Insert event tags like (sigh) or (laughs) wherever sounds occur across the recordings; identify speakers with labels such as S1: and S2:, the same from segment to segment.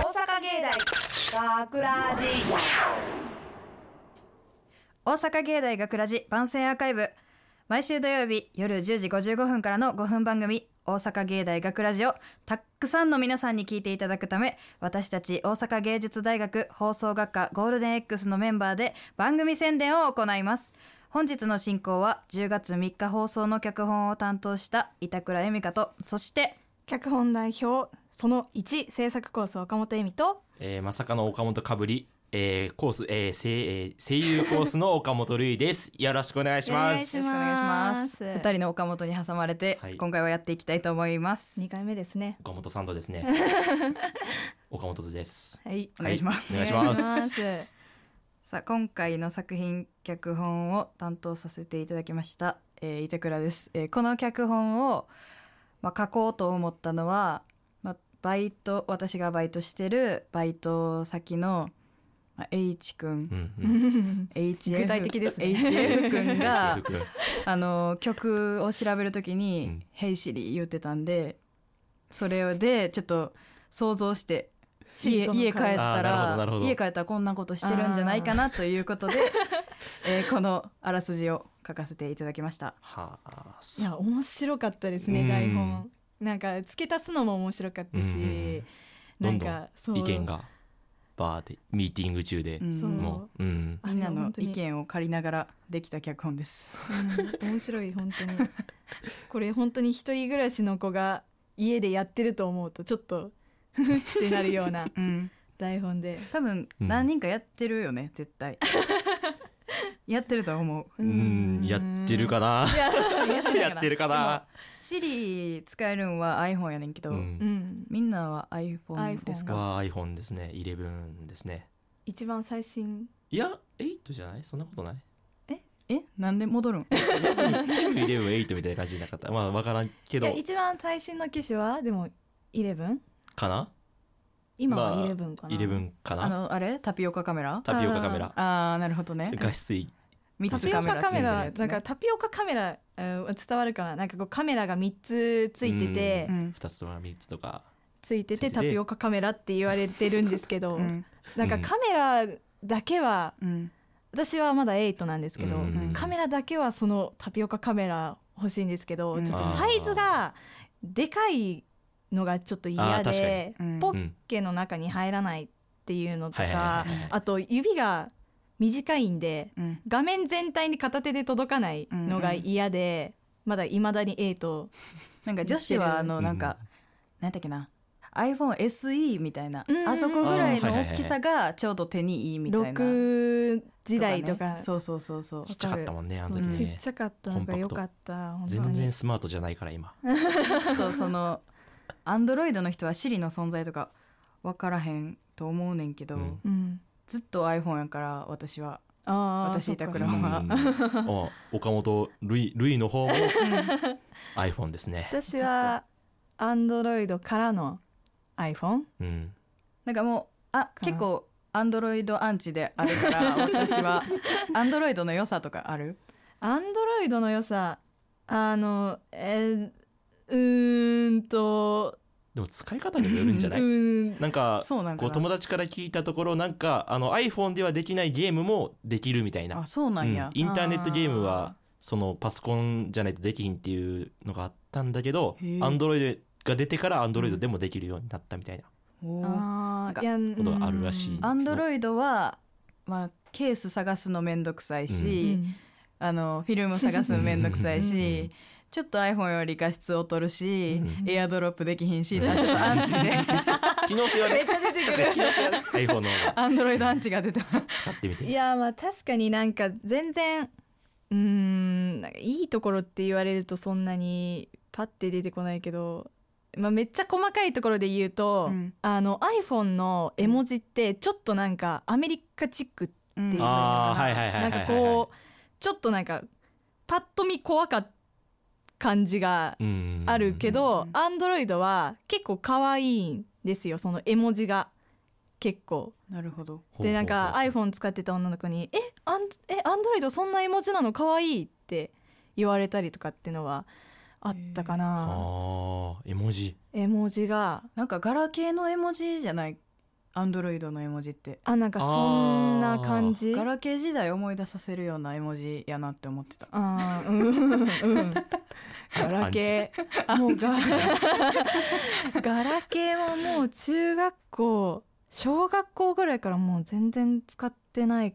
S1: 大学ラジ
S2: 大阪芸大学ラジ番宣アーカイブ毎週土曜日夜10時55分からの5分番組「大阪芸大学ラジオ」たっくさんの皆さんに聞いていただくため私たち大阪芸術大学放送学科ゴールデン X のメンバーで番組宣伝を行います本日の進行は10月3日放送の脚本を担当した板倉恵美香とそして
S3: 脚本代表その1制作コース岡本恵美と
S4: えー、まさかの岡本かぶり、えー、コース、えー声えー声優コースの岡本瑠衣です。 (laughs) よろしくお願いします。
S3: お
S2: お願いし
S3: 願
S2: ま
S3: いします
S2: す2人の岡本に挟まれて、
S4: はい
S2: 今回はやっていきたいと思います
S3: 2回目ですね
S4: 岡本さんとですね。岡本です。
S3: はい
S2: お願いします、
S4: お願いします
S3: お (laughs) 願いします
S2: さあ今回の作品脚本を担当させていただきました、えー、板倉です、えーこの脚本を、まあ、書こうと思ったのは、まあ、バイト私がバイトしてるバイト先の、まあ、H 君
S4: うんうん。
S2: HF
S3: (laughs) 具体的ですね
S2: HF 君が
S4: HF 君
S2: あの曲を調べるとき
S4: う
S2: に
S4: ん
S2: 「ヘイシリ」言ってたんでそれでちょっと想像して
S3: シー
S2: 家
S3: トの
S2: 家帰っ
S3: 会
S2: た
S4: あーな
S2: ら
S4: るほどなるほど
S2: 家帰ったらこんなことしてるんじゃないかなということで、 (laughs) えーこのあらすじを書かせていただきました。
S4: はあ、
S3: いや面白かったですね、
S4: うん
S3: 台本なんか付け足すのも面白かったし、
S4: うんうん
S3: な
S4: ど
S3: ん
S4: ん
S3: か
S4: どん
S3: そう
S4: 意見がバーでミーティング中で
S2: う、ん
S3: そう
S4: もう、うん、
S3: あ
S2: みんなの
S3: 本当に
S2: 意見を借りながらできた脚本です。
S3: うん面白い本当にこれ本当に一人暮らしの子が家でやってると思うとちょっとふふってなるような
S2: うん、
S3: 台本で、
S2: 多分
S4: うん
S2: 何人かやってるよね、絶
S4: (laughs)
S2: 対。やってると思う。
S4: うん、やってるかな。
S3: いや
S4: (laughs) やってるかな。
S2: シリ使えるんは iPhone やねんけど、
S4: うん
S3: う。ん
S2: みんなは iPhone ですか
S4: は iPhone ですね。11ですね。
S3: 一番最新
S4: いや、8じゃないそんなことない。
S2: えなんで戻るん
S4: セブン11、8みたいな感じじゃなかった。まあ、わからんけ
S3: いや
S4: ど、
S3: 一番最新の機種はでも 11?
S4: かな
S3: 今
S4: ま
S3: は
S4: あ
S3: 11かな、
S4: 11か
S2: あ
S4: な
S2: のあれタピオカカメラ
S4: タピオカカメラ
S2: あーなるほどね
S4: 画質いい
S2: 3
S3: タ
S2: つ
S3: ピ
S2: カ
S3: オ
S2: メ
S3: カ
S2: ラ
S3: カメラ、
S2: ついて
S3: なん
S2: るや
S3: かタピオカカメラ、えー伝わるかななんかこうカメラが3つついてて、
S2: つね
S4: 2つとか3つとか
S3: ついて
S4: つい
S3: て
S4: てて
S3: タピオカカメラって言われてるんですけど、
S2: うんうん
S3: なんかカメラだけは
S2: うん
S3: 私はまだ8なんですけど、
S4: うん
S3: カメラだけはそのタピオカカメラ欲しいんですけど、
S2: うん
S3: ちょっとサイズがでかいのがちょっと嫌
S4: あー
S3: で
S4: 確、
S2: うん
S3: ポ
S4: う
S3: ッ
S4: ん
S3: ケの中に入らないっていうのとか、
S4: はいはいはいはい
S3: あと指が短いんで
S2: うん
S3: 画面全体に片手で届かないのが嫌で、まだいまだに8
S2: なんか女子はあのなんか、なんだっけな iPhoneSE みたいな、
S3: うん
S2: あそこぐらいの大きさがちょうど手にいいみたいな
S3: 6時代と
S2: ね
S3: か
S2: そうそうそうそう
S4: ちっちゃかったもんねあの時
S2: うん
S3: ちっ
S4: ね
S3: ちゃかったのが良かった本当
S4: 全
S3: に
S4: 然スマートじゃないから今
S2: ちょっとそのアンドロイドの人は Siri の存在とか分からへんと思うねんけど、
S4: うん
S3: うん
S2: ずっと iPhone やから私は
S3: あー
S2: 私
S3: そっか
S2: 板
S4: う
S2: 倉
S4: ん
S2: は
S4: あ岡本ルイルイの方も iPhone ですね
S3: 私はアンドロイドからの iPhone
S4: うん
S2: なんかもうあ
S3: かな
S2: 結構アンドロイドアンチであるから私
S3: (laughs)
S2: はアンドロイドの良さとかある
S3: アンドロイドの良さあのえーうーんと
S4: でも使い方にもよるんじゃな
S3: う
S4: い
S3: ーん
S4: なんか
S2: そうなん
S4: こ
S2: か
S4: う
S2: な
S4: 友達から聞いたところなんかあの iPhone ではできないゲームもできるみたいな
S2: あそうなんや
S4: うん、インターネットゲームはそのパソコンじゃないとできひんっていうのがあったんだけど
S2: へえ
S4: アンドロイドが出てからアンドロイドでもできるようになったみたいな、
S2: おー
S3: あ
S2: ー
S3: いや
S4: ことがあるらしい
S2: アンドロイドは、まあ、ケース探すのめんどくさい
S3: うん
S2: し、あのフィルム探すのめんどくさいしちょっと iPhone より画質劣るし、
S4: うん
S2: エアドロップできひんし、あちょっとアンチで
S4: (laughs) 機能性は
S3: (laughs)
S4: ね確かに機能性はね iPhone の方が
S2: (laughs) アンドロイドアンチが出た
S4: 使ってみて
S3: いやまあ確かになんか全然うーんなんかいいところって言われるとそんなにパッて出てこないけど、まあ、めっちゃ細かいところで言うと、
S2: うん
S3: あの iPhone の絵文字ってちょっとなんかアメリカチックっていうのかな
S4: あーはいはいはいは
S3: ないん
S4: はい
S3: かこうちょっとなんかパッと見怖かった感じが
S4: うん
S3: あるけ
S2: う
S3: ど
S2: ん
S3: Android は結構可愛いんですよその絵文字が結構。
S2: なるほど
S4: ほうほうほう
S3: でなんか iPhone 使ってた女の子に「えアンえアンドロイドそんな絵文字なの可愛いって言われたりとかってのはあったかな
S4: あー絵文字
S3: 絵文字が
S2: なんかガラケーの絵文字じゃないアンドロイドの絵文字って
S3: あなんかそんな感じ
S2: ガラケー時代思い出させるような絵文字やなって思ってた
S3: あーうん
S4: (laughs)
S3: うんガラケーもうガ
S4: (laughs)
S3: ガラケーはもう中学校小学校ぐらいからもう全然使ってない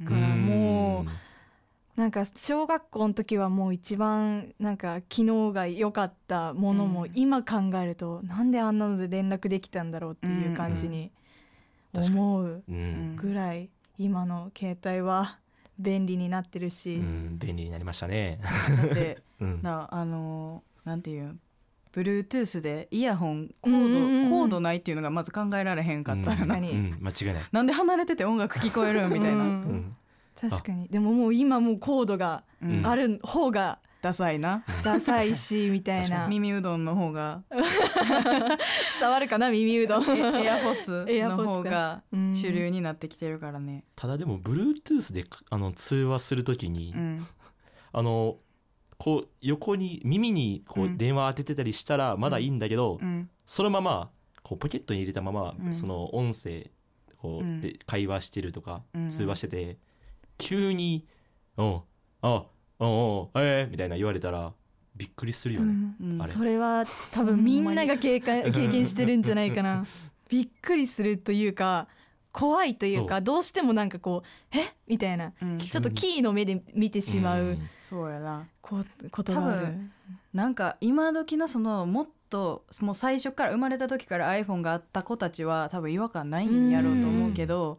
S2: うん
S3: からもうなんか小学校の時はもう一番なんか機能が良かったもの
S2: う
S3: も
S2: ん
S3: 今考えるとなんであんなので連絡できたんだろうっていう感じに
S4: うんうん確かに
S3: 思う
S4: うん、うん
S3: ぐらい今の携帯は便利になってるし、
S4: うん便利になりました
S3: (laughs)
S4: ね。
S2: だって
S4: うん、
S2: なあのーなんていうん Bluetooth でイヤホンコ
S3: うんうんうんう
S2: ード
S3: ん
S2: コードないっていうのがまず考えられへんかった
S4: うん
S3: 確かに
S4: うん、間違いない。
S2: なんで離れてて音楽聞こえるんみたいうな、
S3: ん
S4: うん、
S3: 確かにでももう今もうコードが
S2: うん
S3: ある方が
S2: ダサいな
S3: ダサいしみたいな
S2: 耳うどんの方
S3: (laughs)
S2: が
S3: 伝わるかな耳うどん
S2: えエアポッツ
S3: エアポ
S2: の
S3: ッ
S2: 方
S3: ツ
S2: が
S3: うん
S2: 主流になってきてるからね、
S4: ただでも Bluetooth であの通話するときに、
S2: うん、
S4: あのこう横に耳にこ
S2: う
S4: うん電話当ててたりしたらまだいいんだけど、
S2: うん
S4: そのままこうポケットに入れたまま、
S2: うん
S4: その音声こ
S2: うん
S4: うで会話してるとか、
S2: うん
S4: 通話してて急に「おうあおうおうええみたいな言われたらびっくりするよね。
S2: うん
S4: あれ
S3: それは
S2: (laughs)
S3: 多分みんなが経
S4: (laughs)
S3: 験経験してるんじゃないかなびっくりするというか怖いという
S4: そ
S3: か
S4: う
S3: どうしてもなんかこうえみたいな
S2: うん
S4: き
S3: ちょっとキーの目で見てしまう
S4: うん
S2: そうやな
S3: こことがあ
S2: 多
S3: る
S2: 分なんか今時のそのもっともう最初から生まれた時から iPhone があった子たちは多分違和感ないんやろうと思うけど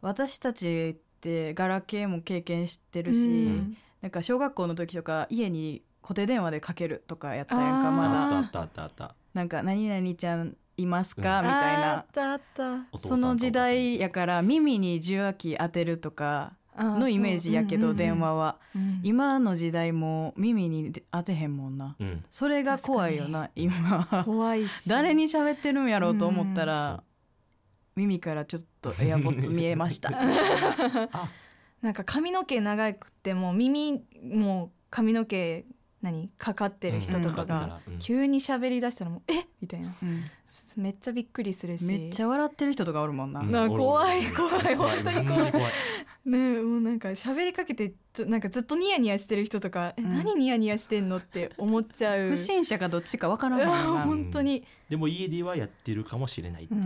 S2: 私たちってガラケーも経験してるし、
S3: うん
S2: なんか小学校の時とか家に固定電話でかけるとかやったやん
S3: あ
S2: か
S3: ー
S2: ま
S4: あ
S2: だ
S4: ったあったあったあった。
S2: なんか「何々ちゃんいますか?」みたい
S3: あ
S2: な
S3: ったあった
S4: お父さ
S2: そ
S4: んと
S2: の
S4: お母さん
S2: 時代やから耳に受話器当てるとかのイメージやけど電話は
S3: 今
S2: 今の時代も耳に当てへんもんな
S4: うん
S2: それが怖いよな今は
S3: 怖いし
S2: 誰に喋ってるんやろうと思った
S4: うんうんそ
S2: ら
S4: う
S2: 耳からちょっとエアポッツ見えました
S4: (laughs)
S3: なんか髪の毛長くても耳も髪の毛何かかってる人とかが
S4: うん
S3: 急に喋り出したらもうえみたいな
S2: (laughs) うん
S3: めっちゃびっくりするし
S2: めっちゃ笑ってる人とかおるもんな
S4: うん
S3: な
S4: 俺
S3: 怖い
S4: 俺
S3: 怖い本当に怖い
S4: ほんま怖い
S3: ねえもうなんか喋りかけてちょなんかずっとニヤニヤしてる人とか、え
S2: うん
S3: 何ニヤニヤしてんのって思っちゃう
S2: 不審者かどっちかわからん
S3: う
S2: もん
S3: わ
S2: な
S3: (laughs) 本当に、
S4: でも家ではやってるかもしれない、
S3: うん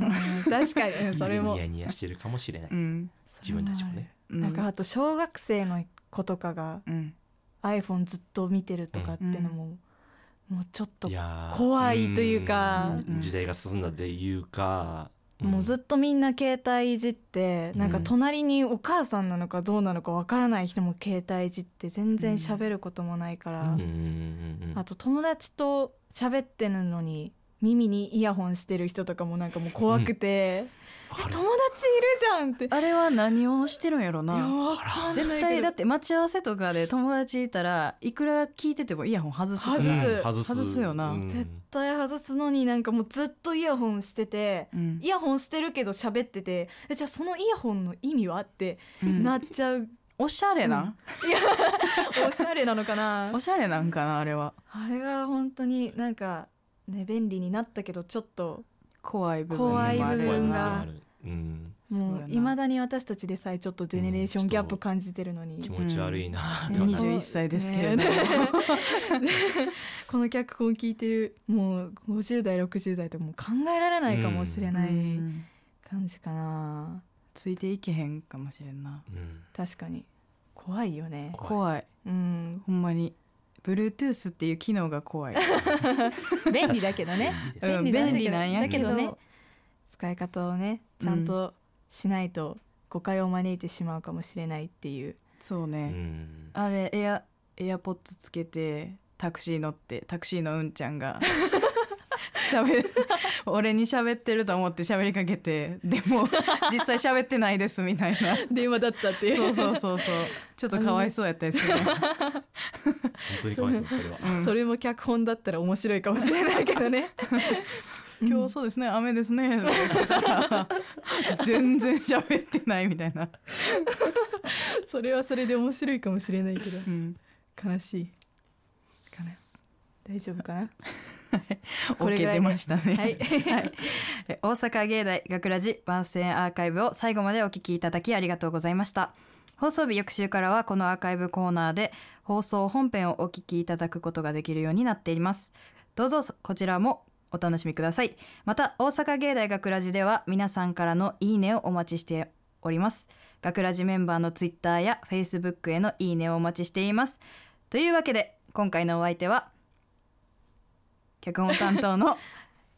S3: 確かにうんそれも
S4: ニヤニヤしてるかもしれない、
S2: うん
S4: 自分たちもね
S2: うん
S3: なんかあと小学生の子とかが
S2: うん
S3: iPhone ずっと見てるとかってのも、もうちょっと
S4: いやー
S3: 怖いというか
S4: うん時代が進んだというか、ん
S3: もうずっとみんな携帯いじって、なんか隣にお母さんなのかどうなのかわからない人も携帯いじって全然喋ることもないから、
S4: うんうんうんうん
S3: あと友達と喋ってるのに耳にイヤホンしてる人とかもなんかもう怖くて「
S4: あ
S3: 友
S4: れ
S3: 達いるじゃん!」って。い
S2: あれは何をしてるんやろ
S3: や
S2: な
S3: わかんないけど
S2: 絶対だって待ち合わせとかで友達いたらいくら聞いててもイヤホン外す
S3: 外す
S4: うん外す
S2: 外すよな
S4: うん
S3: 絶対外すのになんかもうずっとイヤホンしてて
S2: うん
S3: イヤホンしてるけど喋っててえじゃあそのイヤホンの意味はって
S2: うん
S3: なっちゃう
S2: おしゃれな、
S3: おしゃれなのかな
S2: おしゃれなんかなあれは
S3: あれが本当になんかね便利になったけどちょっと
S2: 怖い部分
S3: 怖い部
S4: 怖い部
S3: 分
S4: 分
S3: が
S4: あるうん
S3: も
S2: そうう
S3: い
S2: やな
S3: まだに私たちでさえちょっとジェネレーションギャップ感じてるのに
S4: 気持ち悪いなとは
S2: 二
S4: なる
S2: 十一歳ですけれども、
S3: この脚本聞いてるもう50代60代ともう考えられないかもしれ
S2: な
S3: ないい感じかな、
S2: ついていけへんかもしれんな
S4: うん
S3: 確かに怖いよね
S4: 怖い
S2: 怖い
S3: うん
S2: ほんまに Bluetooth っていう機能が
S4: (laughs)
S2: 怖い
S3: 便利だけどね
S4: いいです
S2: うん
S3: だけど
S2: 便利なんや
S3: だ
S2: け
S3: け
S2: ど
S3: どね使い方をねちゃんとしないと誤解を招いてしまうかもしれないっていう
S2: そう
S4: う
S2: ね、
S4: ん
S2: あれエアエアポッツつけてタクシー乗ってタクシーのうんちゃん
S4: (laughs)
S2: が喋 (laughs) 俺に喋ってると思って喋りかけてでも (laughs) 実際喋ってないですみたい
S4: (laughs)
S2: な
S3: 電話だったって
S2: そうそうそうそう。ちょっとかわいそうやったですね。
S4: 本当にかわいそうそ
S3: (laughs)
S4: れは
S2: うん
S3: それも脚本だったら面白いかもしれないけどね
S2: (laughs) 今日そうですね、雨ですね。とか言ってたら (laughs) 全然喋ってないみたいな。
S3: (laughs) それはそれで面白いかもしれないけど
S2: うん
S3: 悲しい。大丈夫かな
S2: オッケー出ましたね。
S5: はい、え大阪芸大学ラジ番宣アーカイブを最後までお聞きいただきありがとうございました放送日翌週からはこのアーカイブコーナーで放送本編をお聞きいただくことができるようになっていますどうぞこちらもお楽しみくださいまた大阪芸大学ラジでは皆さんからのいいねをお待ちしております学ラジメンバーのツイッターやフェイスブックへのいいねをお待ちしていますというわけで今回のお相手は脚本担当の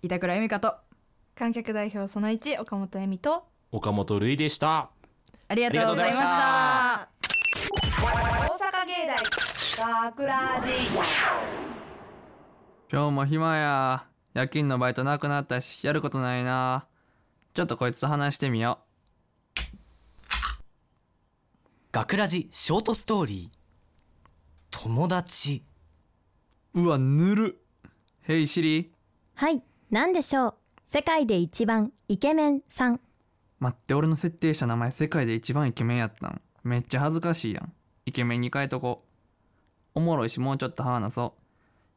S5: 板倉由美香と
S3: 観客代表その一岡本恵美と
S4: 岡本るいでした。
S5: ありがとうございまし
S4: ありがとうございました
S5: た。
S1: 大阪芸大学ラジ
S6: 今日も暇や夜勤のバイトなくなったしやることないなちょっとこいつと話してみよ
S7: 学ラジショートストーリー友達
S6: ううわぬるヘイシリ
S8: はい、なんでしょう。世界で一番イケメンさん。
S6: 待って俺の設定した名前世界で一番イケメンやったんめっちゃ恥ずかしいやんイケメンに変えとこおもろいしもうちょっと話そう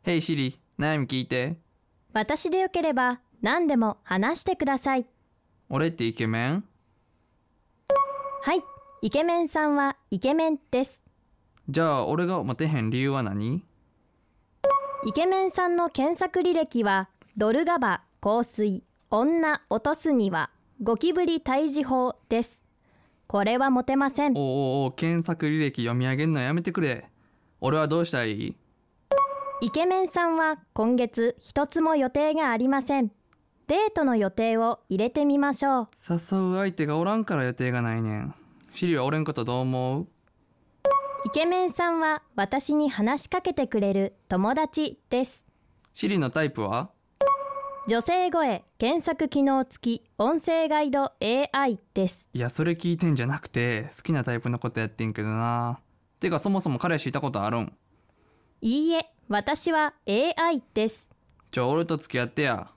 S6: ヘイシリ悩み聞いて
S8: 私でよければ何でも話してください。
S6: 俺ってイケメン
S8: はい、イケメンさんはイケメンです。
S6: じゃあ俺がモテへん理由は何
S8: イケメンさんの検索履歴はドルガバ香水女落とすにはゴキブリ退治法です。これはモテません
S6: お。うおうおう検索履歴読み上げんのやめてくれ俺はどうしたらいい
S8: イケメンさんは今月一つも予定がありません。デートの予定を入れてみましょう。
S6: 誘う相手がおらんから予定がないねんシリは俺んことどう思う
S8: イケメンさんは私に話しかけてくれる友達です。
S6: シリのタイプは
S8: 女性声検索機能付き音声ガイド AI です
S6: いやそれ聞いてんじゃなくて好きなタイプのことやってんけどなてかそもそも彼氏いたことあるん
S8: いいえ私は AI です
S6: じゃあ俺と付き合ってや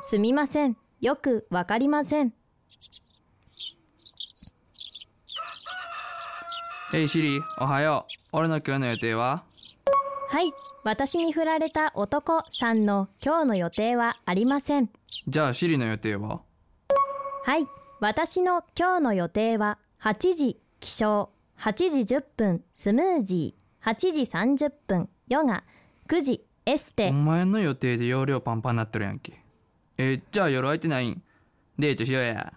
S8: すみませんよくわかりません
S6: ヘイシリおはよう俺の今日の予定は
S8: はい私に振られた男さんの今日の予定はありません
S6: じゃあシリの予定は
S8: はい私の今日の予定は8時起床8時10分スムージー8時30分ヨガ9時エス
S6: お
S8: テ
S6: 前の予定で容量パンパンになってるやんけえーじゃあ夜空いてないんデートしようや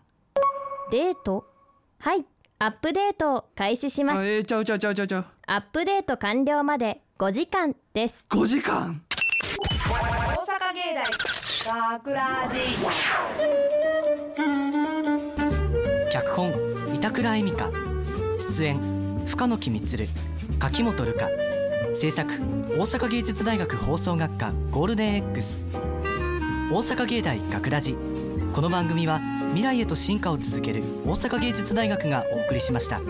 S8: デートはいアップデートを開始します
S6: あえー、ちゃうちゃうちゃうちゃうちゃう
S8: アップデート完了まで5時間です
S6: 5時間
S1: 大阪芸大学ラジ
S7: 脚本板倉恵美香出演深野木充柿本瑠香制作大阪芸術大学放送学科ゴールデン X 大阪芸大学ラジこの番組は未来へと進化を続ける大阪芸術大学がお送りしました